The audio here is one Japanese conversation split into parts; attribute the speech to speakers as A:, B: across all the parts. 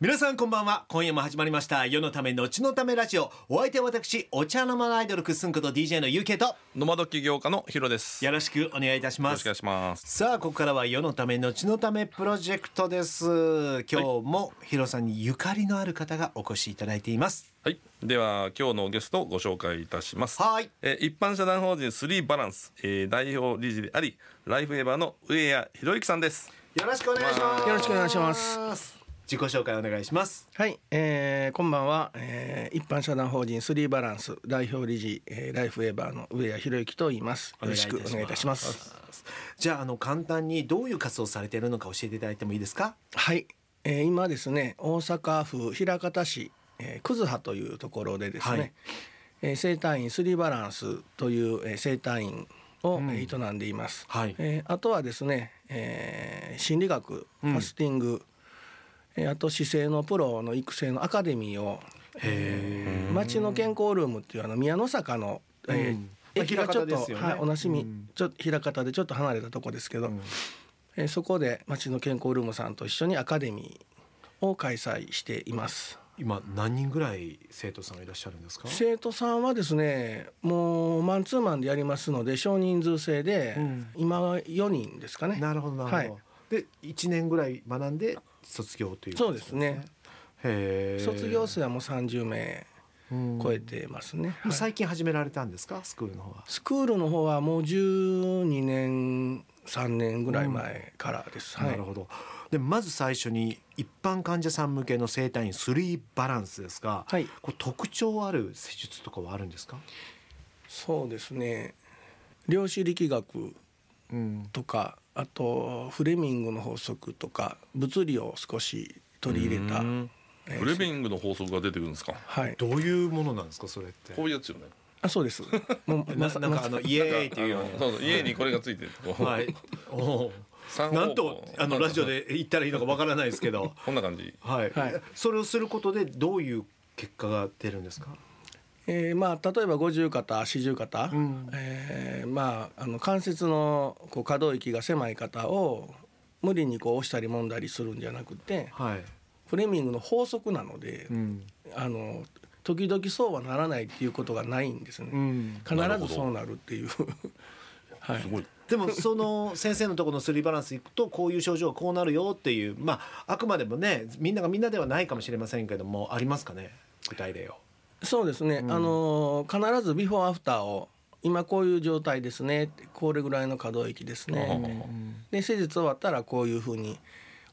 A: 皆さんこんばんは今夜も始まりました世のため後のためラジオお相手は私お茶の間のアイドルくっすんこと DJ のゆうけいと
B: ノマド起業家のヒロです。よ
A: よろしくお願いいたしま
B: ろしくお
A: す
B: 願いします。
A: さあここからは世のため後のためプロジェクトです今日もヒロさんにゆかりのある方がお越しいただいています
B: はい、では今日のゲストをご紹介いたします。
A: はい
B: えー一般社団法人スリーバランス、えー代表理事であり、ライフエバーの上谷博之さんです。
A: よろしくお願いします
C: よろしくお願いします
A: 自己紹介お願いします
C: はい、えー、こんばんは、えー、一般社団法人スリーバランス代表理事、えー、ライフウェーバーの上谷博之と言いますよろしくお願いいたします
A: じゃああの簡単にどういう活動をされているのか教えていただいてもいいですか
C: はい、えー、今ですね大阪府枚方市、えー、葛葉というところでですね、
A: はい
C: えー生態院スリーバランスという、えー、生態院を、えー営んでいます、
A: はい
C: えーあとはですね、えー、心理学ファスティング、えーあと姿勢のプロの育成のアカデミーを
A: へ
C: 町の健康ルームっていうあの宮の坂の、え
A: うん
C: ー駅がちょ
A: 枚方
C: っ
A: で
C: と、
A: すよね
C: はい、おなじみ、
A: うん
C: ちょっと枚方でちょっと離れたとこですけど、えーそこで町の健康ルームさんと一緒にアカデミーを開催しています。
A: 今何人ぐらい生徒さんがいらっしゃるんですか
C: 生徒さんはですねもうマンツーマンでやりますので少人数制で、
A: うん
C: 今は4人ですかね
A: なるほどなるほど、
C: はい
A: で1年ぐらい学んで卒業ということ
C: そうですね
A: へえ
C: 卒業生はもう30名超え
A: も
C: てますね、
A: う
C: はい
A: 最近始められたんですかスクールの方は
C: スクールの方はもう12年3年ぐらい前からです、はい
A: なるほどでまず最初に一般患者さん向けの生体院スリーバランスですが、
C: はい
A: これ特徴ある施術とかはあるんですか、
C: そうですね量子力学
A: うん、
C: とかあとフレミングの法則とか物理を少し取り入れた、
B: うん
C: えー
B: フレミングの法則が出てくるんですか。
C: はい
A: どういうものなんですかそれって
B: こういうやつよね。
C: あそう ですもう
A: な
C: まさ
A: なんかあ
C: ま
A: の
C: さ
A: イエーイっていうよ
B: あの
A: う
B: そうそう家にこれがついてる。こう
A: な はいおう
B: 三方向
A: なんとあのラジオで言ったらいいのかわからないですけど
B: こんな感じ。
A: はい、
C: はい
A: それをすることでどういう結果が出るんですか。
C: えーまあ例えば五十肩四十肩、
A: うん
C: えーまああの関節のこう可動域が狭い方を無理にこう押したり揉んだりするんじゃなくて
A: はい。
C: フレミングの法則なので、
A: ん。
C: あの時々そうはならないっていうことがないんですね、
A: ん。
C: 必ずそうなるっていうはい
B: すごい。
A: でもその先生のところのスリーバランス行くとこういう症状はこうなるよっていうまああくまでもねみんながみんなではないかもしれませんけどもありますかね具体例を。
C: そうですね、
A: うん
C: あの必ずビフォーアフターを今こういう状態ですねってこれぐらいの可動域ですね
B: あ
C: で施術終わったらこういうふうに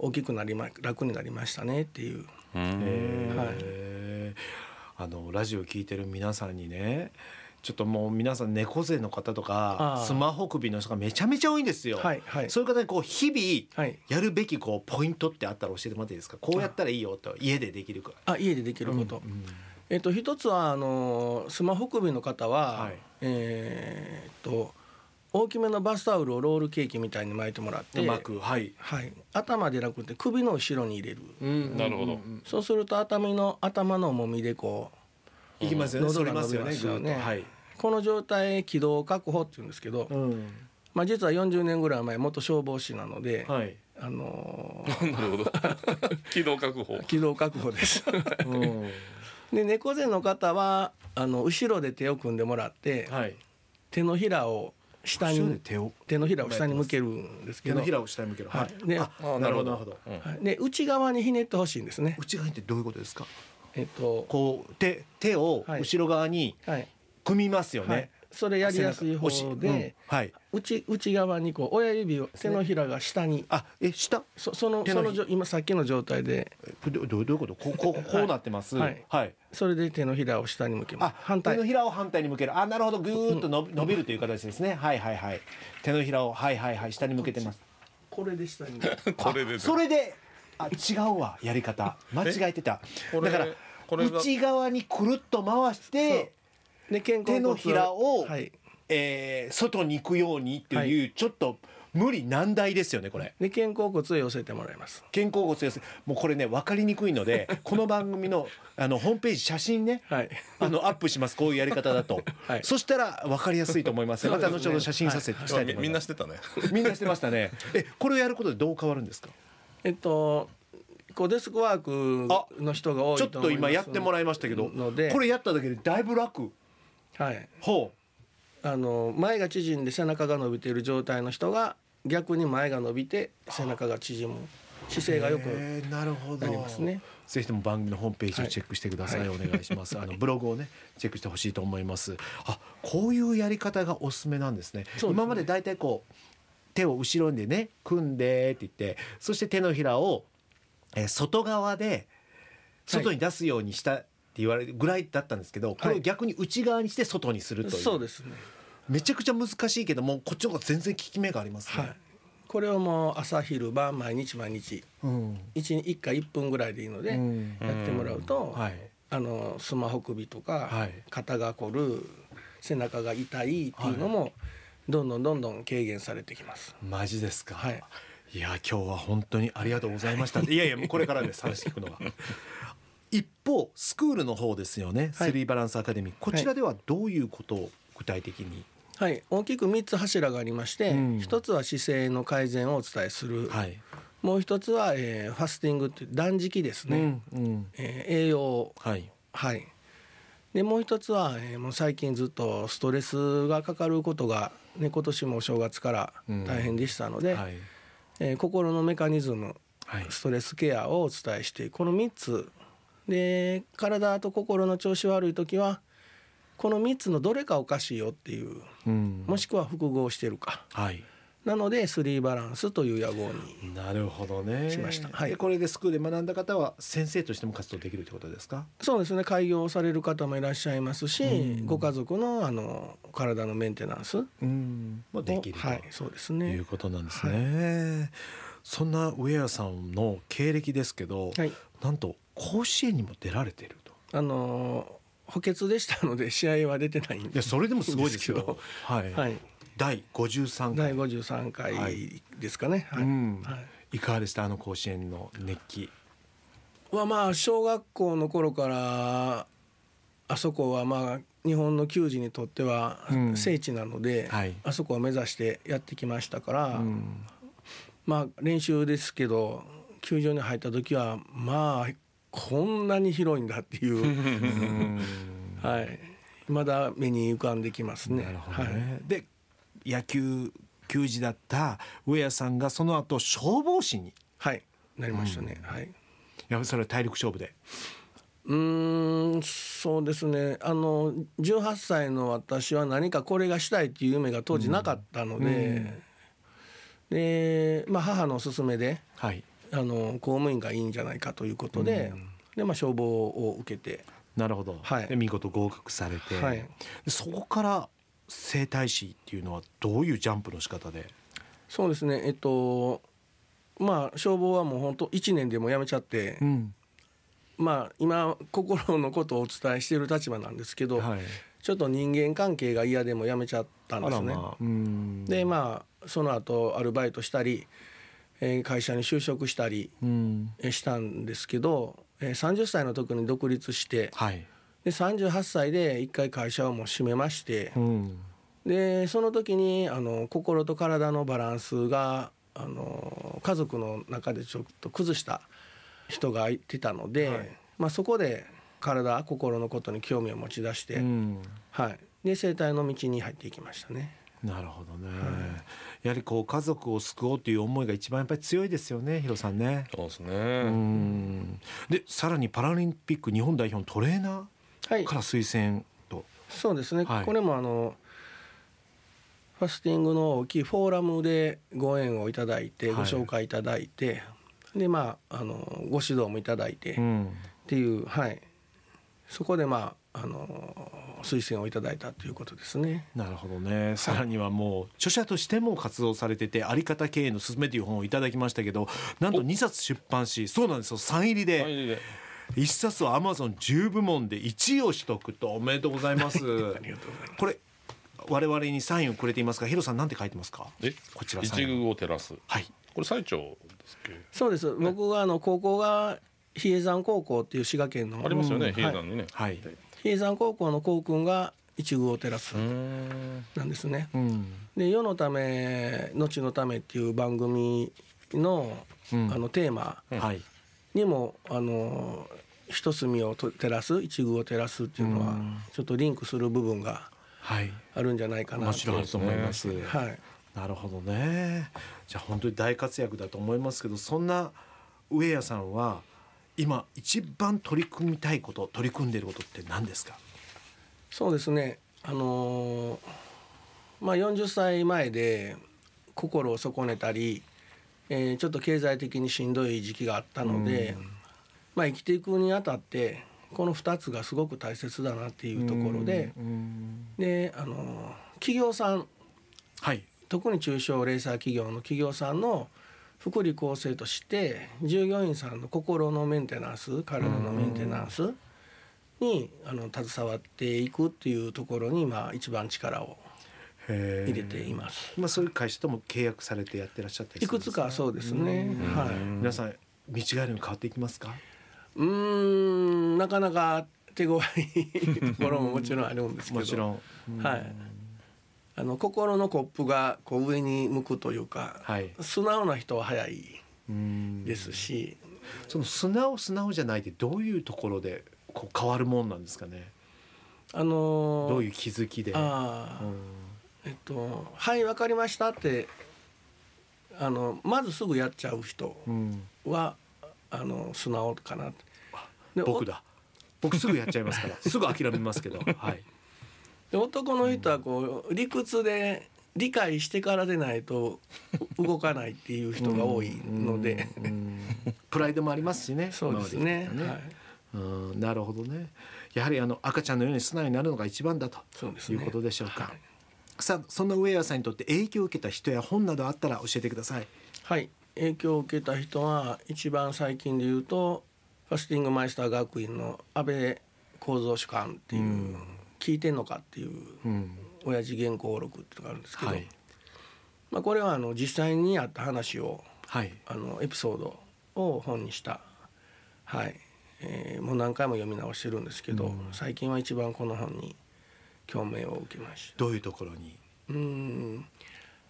C: 大きくなりま楽になりましたねっていう
B: あうん
A: へーあのラジオ聞いてる皆さんにねちょっともう皆さん猫背の方とか
C: あー
A: スマホ首の人がめちゃめちゃ多いんですよ。
C: はいはい
A: そういう方にこう日々
C: はい
A: やるべきこうポイントってあったら教えてもらっていいですかこうやったらいいよと家でできるから。
C: あ家でできること、えっと一つはあのスマホ首の方は、
A: はい
C: えーっと大きめのバスタオルをロールケーキみたいに巻いてもらって
A: うまくはい。
C: はい、頭でなくて首の後ろに入れる、
B: なるほど。
C: そうすると頭の頭の重みでこう
A: いきますよね。
C: 喉
A: 反
C: が
A: りますよね。
C: 伸びますよね
A: ぐーっとはい。
C: この状態気道確保っていうんですけど、まあ、実は40年ぐらい前元消防士なので、
A: はい。
C: あ の
B: なるほど。軌道確保
C: ー。気道確保です
A: うん
C: で猫背の方はあの後ろで手を組んでもらって、
A: はい。
C: 手のひらを下
A: 後ろで
C: に
A: 手を
C: 手のひらを下に向けるんですけ
A: 手
C: ど
A: のひらを下に向ける。は。
C: はいいで
A: あ
B: あ
A: なるほどなるほど。
B: うん
C: はいで内側にひねってほしいんですね。
A: 内側にってどういうことですか。
C: えっと
A: こう手手を
C: はい
A: 後ろ側に
C: はい
A: 組みますよね。
C: はい、それやりやすい方
A: 背中おし
C: で、
A: うんはい。
C: 内内側にこう親指を手のひらが下に
A: あえ下
C: そその
A: 手
C: そ
A: の
C: の
A: ひ
C: 状今さっきの状態で
A: どどうどういうことこうこうこうなってます。は
C: はいい。
A: はい。
C: それで手のひらを下に向けま
A: あ
C: す反
A: 手の
C: 対
A: ひらを反対に向ける。あなるほどぐーっと伸び伸びるという形ですね。はいはいはい。手のひらをはいはいはい下に向けてます。
C: これで 下に向ける
B: これで。
A: それであ違うわやり 方間違えてた
B: こ
A: だ
B: れ
A: から
B: これが
A: 内側にくるっと回して、
C: で肩甲骨
A: 手のひらを
C: はい、
A: えー外に行くようにっていう、
C: は
A: ちょっと無理難題ですよねこれ。
C: で肩甲骨を寄せてもらいます
A: 肩甲骨ですもうこれね分かりにくいの でこの番組のあのホームページ写真ね
C: はい
A: あのアップしますこういうやり方だと、
C: はい
A: そしたら分かりやすいと思いますまた後ほど写真させていきたいと
B: み
A: 思い
B: みんな
A: ま
B: し
A: す、
B: てたね。
A: みんなしてましたねえこれをやることでどう変わるんですか
C: えっとこうデスクワークの人が多い
A: ち
C: と
A: ょっ
C: 思い
A: と
C: ます
A: 今やってもらいましたけど
C: ので
A: これやっただけでだいぶ楽
C: はい
A: ほ
C: あの前が縮んで背中が伸びている状態の人が逆に前が伸びて背中が縮む姿勢
A: う
C: がよく
A: えーなるほど
C: なりますね
A: ぜひとも番組のホームページをチェックしてください、
C: はい
A: お願いし ますあのブログをねチェックしてほしいと思いますあこういうやり方がおすすめなんですね
C: そうですね
A: 今までだいたいこう手を後ろにね組んでって言ってそして手のひらを、えー外側で外に出すようにしたって言われるぐらいだったんですけど、これを逆に内側にして外にするという
C: そうですね
A: めちゃくちゃ難しいけどもこっちの方が全然効き目がありますね、
C: はいこれをもう朝昼晩毎日毎日
A: うん
C: 一日一回1分ぐらいでいいのでや
A: うん
C: ってもらうと
A: はい
C: あのスマホ首と
A: は
C: か
A: い
C: 肩が凝る背中が痛いっていうのもどんどんどんどん軽減されてきます。
A: マジですか、
C: はい、
A: いや今日は本当にありがとうございましたいやいやもうこれからです話聞くのは 一方スクールの方ですよね、
C: はい
A: スリーバランスアカデミーこちらではどういうことを具体的に
C: はい、大きく3つ柱がありまして、
A: うん
C: 1つは姿勢の改善をお伝えする、
A: はい、
C: もう1つは、えーファスティングっていう断食ですね、
A: うんうん
C: えー栄養を
A: はい
C: はいでもう1つは、えーもう最近ずっとストレスがかかることが、ね、今年もお正月から大変でしたので、
A: はい
C: えー心のメカニズム
A: はい
C: ストレスケアをお伝えしてこの3つで体と心の調子悪い時はこの3つのどれかおかしいよっていう
A: うん
C: もしくは複合してるか
A: はい
C: なのでスリーバランスという野望に
A: なるほどね
C: しましたはい
A: でこれでスクールで学んだ方は先生としても活動できるということですか
C: そうですね開業される方もいらっしゃいますし、
A: うん
C: ご家族のあの体のメンテナンスも
A: うんもできると、
C: はいそうです
A: とい
C: ね
A: うことなんですね、そんなウェアさんの経歴ですけど、
C: はい
A: なんと甲子園にも出られてると
C: あの補欠でしたので試合は出てないん
A: いや
C: です
A: それでもすごいですよ
C: ですけど
A: はい、
C: はい
A: 第53
C: 第
A: 回、
C: 53
A: は
C: 回ですかね、はい
A: うん
C: はい
A: い、かがでしたあの甲子園の熱気
C: はまあ小学校の頃からあそこはまあ日本の球児にとっては
A: うん
C: 聖地なので、
A: はい
C: あそこを目指してやってきましたから、
A: うん
C: まあ練習ですけど球場に入った時はまあこんなに広いんだって いう、はい、まだ目に浮かんできますね。
A: なるほどね、
C: はい
A: で野球球児だったウェアさんがその後消防士にい
C: はい、なりましたね。はい。
A: やそれは体力勝負で
C: うーんそうですねあの18歳の私は何かこれがしたいっていう夢が当時なかったので、で、まあ、母の勧めで
A: はい
C: あの公務員がいいんじゃないかということで,、でまあ、消防を受けて
A: なるほど、
C: はい
A: で見事合格されて、
C: はい
A: でそこから整体師っていうのはどういうジャンプの仕方で
C: そうですねえっとまあ消防はもう本当1年でもう辞めちゃって、
A: ん
C: まあ今心のことをお伝えしている立場なんですけど、
A: はい
C: ちょっと人間関係が嫌でもう辞めちゃった
A: あ
C: んです
A: ら
C: ね。
A: まあうん
C: でまあその後アルバイトしたり、えー会社に就職したり
A: うん
C: えーしたんですけど、えー30歳の時に独立して
A: はい
C: で38歳で一回会社をもう閉めまして
A: うん
C: でその時にあの心と体のバランスがあの家族の中でちょっと崩した人がいてたので、
A: はい
C: まあ、そこで体心のことに興味を持ち出して、
A: うん
C: はい、で生態の道に入っていきましたね。
A: なるほどね、やはりこう家族を救おうという思いが一番やっぱり強いですよねヒロさんね
B: そうですね、
A: うんでさらにパラリンピック日本代表のトレーナ
C: は
A: ー
C: い
A: から推薦と、
C: そうですね、
A: はい
C: これもあのファスティングの大きいフォーラムでご縁をいただいて、
A: はい
C: ご紹介いただいてでまああのご指導もいただいて、っ
A: ん、
C: ていうはいそこでまああの推薦をいただいたということですね。
A: なるほどねさらにはもう著者としても活動されてて「あり方経営のすすめ」という本をいただきましたけどなんと2冊出版しそうなんですよ3入り
B: は
A: で
B: いで
A: 1冊はアマゾン10部門で1位を取得とおめでとうございます
C: ありがとうございま
A: これ我々にサインをくれていますがヒロさんなんて書いてますか
B: え
A: こちらサイ
B: 一
A: ン
B: 宮を照らす
A: はい
B: これ最長ですっけ
C: す。そうです。僕があの高校が比叡山高校っていう滋賀県の
B: ありますよね、
C: うん
B: 比叡山にね、
A: はい
C: 比叡山高校の校訓が一宮を照らす
B: うーん
C: なんですね。
A: うん
C: で「世のため後のため」っていう番組の,、
A: うん
C: あのテーマ
A: はい
C: にもあの一隅をと照らす一具を照らすっていうのは
A: うん
C: ちょっとリンクする部分が
A: はい
C: あるんじゃないかな
A: 面白いと思います、
C: はい
A: なるほどねじゃあ本当に大活躍だと思いますけどそんな上谷さんは今一番取り組みたいこと取り組んでいることって何ですか
C: そうですねあのーまあ40歳前で心を損ねたり、えーちょっと経済的にしんどい時期があったので、まあ、生きていくにあたってこの2つがすごく大切だなっていうところで、で、あのー企業さん
A: はい
C: 特に中小零細企業の企業さんの福利厚生として従業員さんの心のメンテナンス体のメンテナンスにあの携わっていくっていうところに今一番力を入
A: 入
C: れています。
A: 今そういう会社とも契約されてやってらっしゃったりす
C: い
A: る
C: く
A: んです
C: つかそうですね。はい。
A: 皆さん見違えるの変わっていきますか
C: うーんなかなか手強い ところももちろんあるんですけど。
A: もちろん、
C: はい。あの心のコップがこう上に向くというか、
A: はい
C: 素直な人は早い
A: うん
C: ですし。
A: その素直素直じゃないってどういうところでこう変わるもんなんですかね
C: あのー
A: どういう気づきで
C: ああ、
A: うん
C: えっと「はいわかりました」ってあのまずすぐやっちゃう人
A: うん
C: はあの素直かなってで
A: 僕だ僕すぐやっちゃいますからすぐ諦めますけどはい
C: おで男の人はこう理屈で理解してからでないとう動かないっていう人が多いので、
A: うんうんプライドもありますしね
C: そうですね
A: 今まで生きてき
C: はい
A: たねうんなるほどねやはりあの赤ちゃんのように素直になるのが一番だと
C: そうです
A: い
C: ね
A: うことでしょうか
C: はい
A: さあそんな上谷さんにとって影響を受けた人や本などあったら教えてください
C: はい影響を受けた人は一番最近で言うとファスティングマイスター学院の安倍構造主幹っていう、聞いてんのかっていう
A: うん
C: 親父原稿録っていうのがあるんですけど、
A: はい
C: まあ、これはあの実際にあった話を
A: はい
C: あのエピソードを本にした、はいえーもう何回も読み直してるんですけど、最近は一番この本に共鳴を受けました。
A: どういうところに
C: うん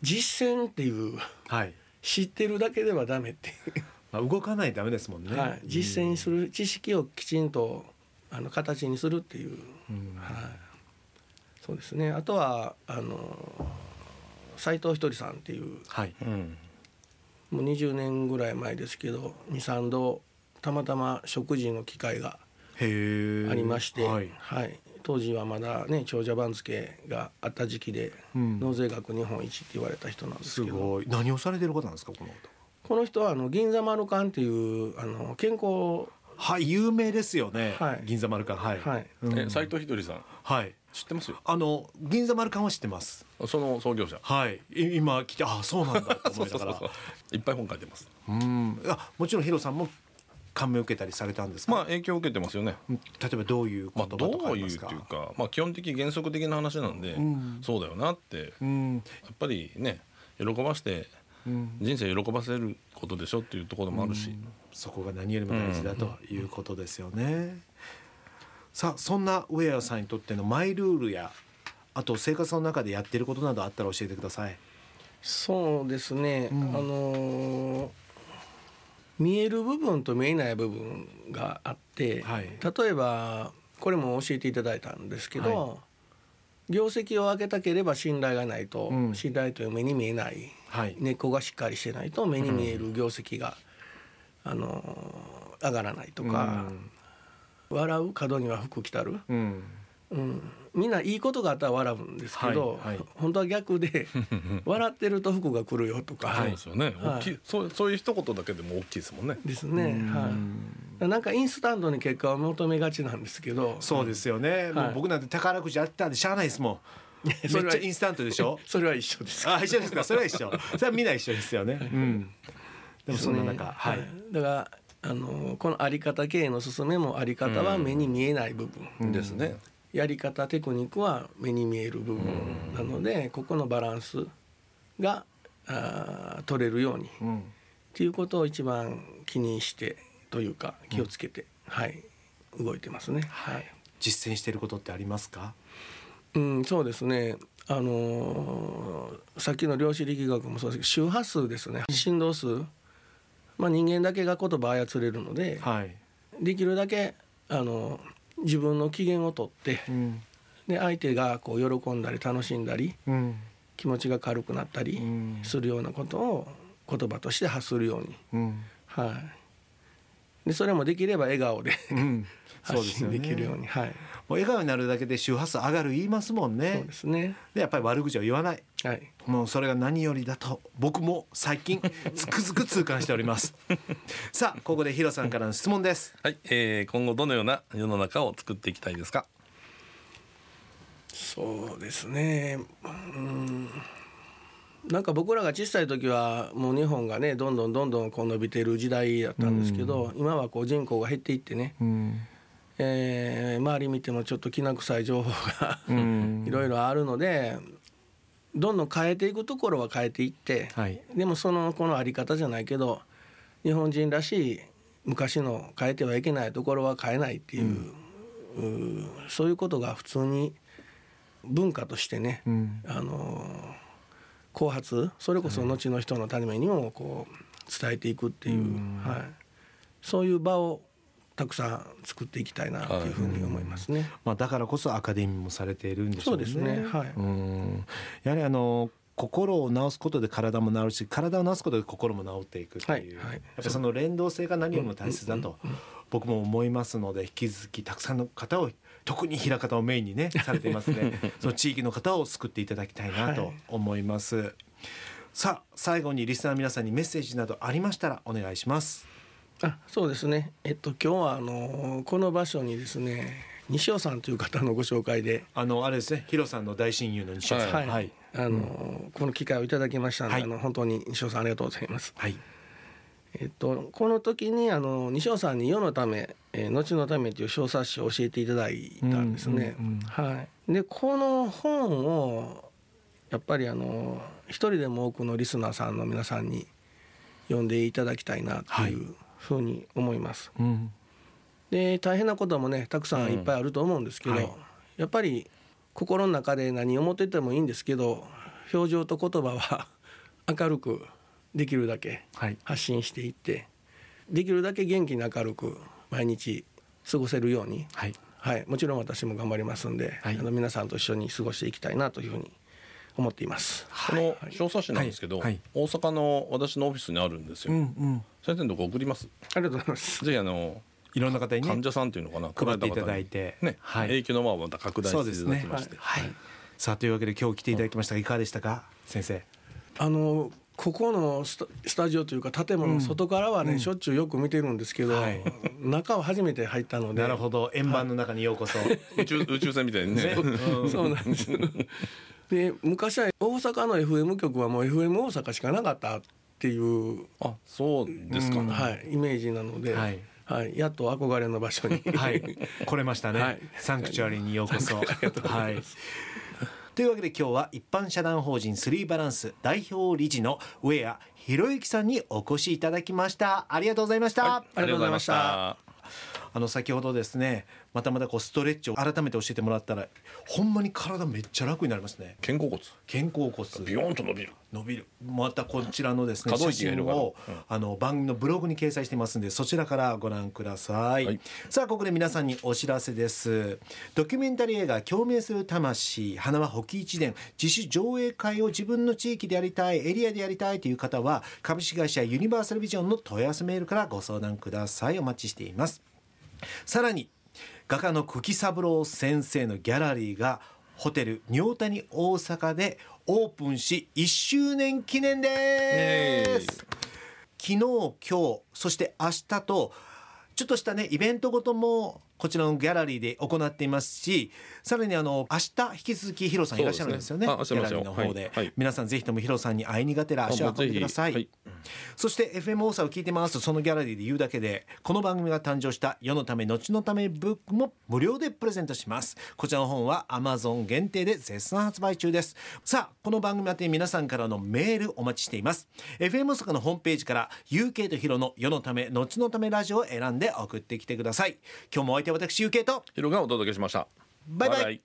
C: 実践っていう
A: はい、
C: 知ってるだけではダメっていう
A: まあ、動かないとダメですもんね、
C: はい、実践する知識をきちんとあの形にするっていう、
A: うん
C: はい、そうですねあとはあの斎藤ひとりさんっていう
A: はい、
B: うん
C: もう20年ぐらい前ですけど23度たまたま食事の機会が
A: へえ
C: ありまして、
A: はい
C: 当時はまだね長者番付があった時期で、
A: うん
C: 納税額日本一って言われた人なんです
A: す
C: けど
A: ごい何をされてる方なんですかこの方
C: この人はあの銀座丸館っていうあの健康、
A: はい有名ですよね、
C: はい
A: 銀座丸館はい、
C: はい、
A: うん
B: え斉藤ひとりさん
A: はい
B: 知ってますよ
A: あの銀座丸館は知ってます
B: その創業者
A: はいい今来てあそうなんだと思いながら
B: いっぱい本書いてます
A: うんあもちろんヒロさんも感銘を受けたりされたんですか、
B: まあ影響を受けてますよね
A: うん例えばどういう言
B: まあ
A: 葉と
B: ど
A: かあ
B: う
A: り
B: い
A: ま
B: うってい
A: す
B: う
A: か、
B: かまあ基本的原則的な話なんで
A: ん
B: そうだよなって
A: うん
B: やっぱりね喜ばして
A: うん
B: 人生喜ばせることでしょっていうところもあるし
A: そこが何よりも大事だということですよね。さあそんな上谷さんにとってのマイルールやあと生活の中でやってることなどあったら教えてください。
C: そうですね、
A: うん
C: あのー見える部分と見えない部分があって、
A: はい
C: 例えばこれも教えていただいたんですけど、
A: は
C: 業績を上げたければ信頼がないと、
A: うん
C: 信頼という目に見えない
A: はい。
C: 根っこがしっかりしてないと目に見える業績が、あのー上がらないとか、笑う角には福来たる。
A: うん、うん
C: うん、みんないいことがあったら笑うんですけど、
A: はいはい
C: 本当は逆 で笑ってると服が来るよとか、
B: そうですよね
C: はい
B: 大きいそうそういう一言だけでも大きいですもんね
C: ですね、はい、なんかインスタントに結果を求めがちなんですけど
A: そうですよね、も
C: は
A: う
C: い
A: 僕なんて宝くじあったんでしゃあないですもんめっ
C: それは
A: ちゃインスタントでし ょ
C: それは一緒です
A: あ一緒ですかそれは一緒それはみんな一緒ですよね、うん、でもそんな中、
C: ね
A: はい、
C: だからあのこのあり方経営の勧めもあり方は目に見えない部分、
B: ですね
C: やり方テクニックは目に見える部分なので、ここのバランスがあー取れるように
A: うん、
C: っていうことを一番気にしてというか気をつけて、はい動いてますね。はい。
A: 実践してることってありますか
C: うんそうですね。あのーさっきの量子力学もそうですけど周波数ですね振動数まあ、人間だけが言葉を操れるので、
A: はい。
C: できるだけあの自分の機嫌をとって
A: うん。
C: で相手がこう喜んだり楽しんだり
A: うん。
C: 気持ちが軽くなったり
A: うん
C: するようなことを言葉として発するように、
A: うん。
C: はい、でそれもできれば笑顔で
A: うん。そう
C: 発
A: です
C: 信
A: よね。
C: できるようにはい、
A: もう笑顔になるだけで周波数上がる言いますもん
C: そう
A: ね
C: で。すね、
A: でやっぱり悪口は言わない。
C: はい、
A: もうそれが何よりだと僕も最近つくづく痛感しており ます。さあここでヒロさんからの質問です。
B: はい、えー今後どのような世の中を作っていきたいですか。
C: そうですねうんなんか僕らが小さい時はもう日本がねどんどんどんどんこう伸びてる時代だったんですけど、今はこう人口が減っていってね、
A: うん。
C: えー周り見てもちょっときな臭い情報が
A: ん
C: いろいろあるのでどんどん変えていくところは変えていって、
A: はい。
C: でもそのこのあり方じゃないけど日本人らしい昔の変えてはいけないところは変えないっていう,うー、そういうことが普通に文化としてね、
A: ん。
C: あのー後発それこそ後の人のためにもこう伝えていくっていう、はい、そういう場をたくさん作っていきたいなというふうに思いますね。
A: まあだからこそアカデミーもされているんでしょうね。
C: そうですねはい
A: うん。やはりあの心を治すことで体も治るし、体を治すことで心も治っていくっていう。
C: はいはい
A: やっぱりその連動性が何よりも大切だと僕も思いますので、引き続きたくさんの方を特に平方をメイン にねされていますね。その地域の方を救っていただきたいな
C: は
A: と
C: い
A: 思います。さあ最後にリスナーの皆さんにメッセージなどありましたらお願いします。
C: あそうですね、えっと、今日はあのーこの場所にですね西尾さんという方のご紹介で、
A: あのあれですね、ヒロさんの大親友の西尾さん。
B: は
C: はいあのーこの機会をいただきましたので、
A: はい
C: あの本当に西尾さんありがとうございます。
A: はい。
C: えっと、この時にあの西尾さんに「世のため、えー後のため」という小冊子を教えていただいたんですね。
A: うんうんうん
C: はい、でこの本をやっぱりあの一人でも多くのリスナーさんの皆さんに読んでいただきたいなというふうに思います。
A: うん。
C: で大変なこともねたくさんいっぱいあると思うんですけど、
A: うんはい
C: やっぱり心の中で何を思っててもいいんですけど表情と言葉は 明るくできるだけ
A: はい。
C: 発信していってできるだけ元気に明るく毎日過ごせるように、
A: はい。
C: はい、もちろん私も頑張りますんで、
A: はい
C: あの皆さんと一緒に過ごしていきたいなというふうに思っています。
B: この小冊子なんですけど、
A: はいはい
B: 大阪の私のオフィスにあるんですよ。
A: ん。
B: 先生のとこ送ります。
C: ありがとうございます。
B: ぜひあの
A: いろんな方にね
B: 患者さんというのかな、
A: 配っていただい
B: 来られ
A: て、
B: た方にね、
A: はい、
B: 影響の輪をまた拡大
A: そう
B: し
A: で
B: てい
A: す
B: ただ
A: ね
B: きまして、
A: はい。さあというわけで今日来ていただきましたがいかがでしたか、先生。
C: あのここのスタスタジオというか建物の外からはね、しょっちゅうよく見てるんですけど、
A: はい
C: 中は初めて入ったので
A: なるほど円盤の中にようこそ。
B: 宇宙宇宙船みたい にね。
C: そうなんですで昔は大阪の FM 局はもう FM 大阪しかなかったっていう、
B: あ、そうですか。
C: はい、イメージなので、
A: は
C: はいいやっと憧れの場所に、
A: はい、来れましたね、
C: はい
A: サンクチュアリにようこそ。はい。というわけで今日は一般社団法人スリーバランス代表理事の上谷博之さんにお越しいただきました。ありがとうございました。
B: ありがとうございました。
A: あの先ほどですねまたまたこうストレッチを改めて教えてもらったらほんまに体めっちゃ楽になりますね
B: 肩甲骨、
A: 肩甲骨
B: ビヨーンと伸びる。
A: 伸びるまたこちらのですね
B: 可動
A: 写
B: 域がい
A: 真
B: るから
A: を、あの番組のブログに掲載してますんでそちらからご覧ください、
B: はい
A: さあここで皆さんにお知らせですドキュメンタリー映画「共鳴する魂花は保木一伝」自主上映会を自分の地域でやりたいエリアでやりたいという方は株式会社ユニバーサルビジョンの問い合わせメールからご相談くださいお待ちしていますさらに画家の久喜三郎先生のギャラリーがホテル尿谷大阪でオープンし1周年記念です昨日今日そして明日とちょっとしたねイベントごともこちらのギャラリーで行っていますしさらにあの明日引き続きヒロさんいらっしゃるんですよね
B: そうです
A: ギ
B: ね
A: ャ
B: あ
A: ラ
B: 明
A: リーの
B: 日いますよ
A: 方で、
B: はいはい
A: 皆さんぜひともヒロさんに会いにがてら足を運んでください、
B: あもうぜひ
A: そして FM 大阪を聞いてますそのギャラリーで言うだけでこの番組が誕生した世のため後のためブックも無料でプレゼントしますこちらの本は Amazon 限定で絶賛発売中ですさあこの番組宛てに皆さんからのメールお待ちしています FM 大阪のホームページから UK とヒロの世のため後のためラジオを選んで送ってきてください今日もお相手は私 UK と
B: ヒロがお届けしました。
A: バイバイ
B: 笑い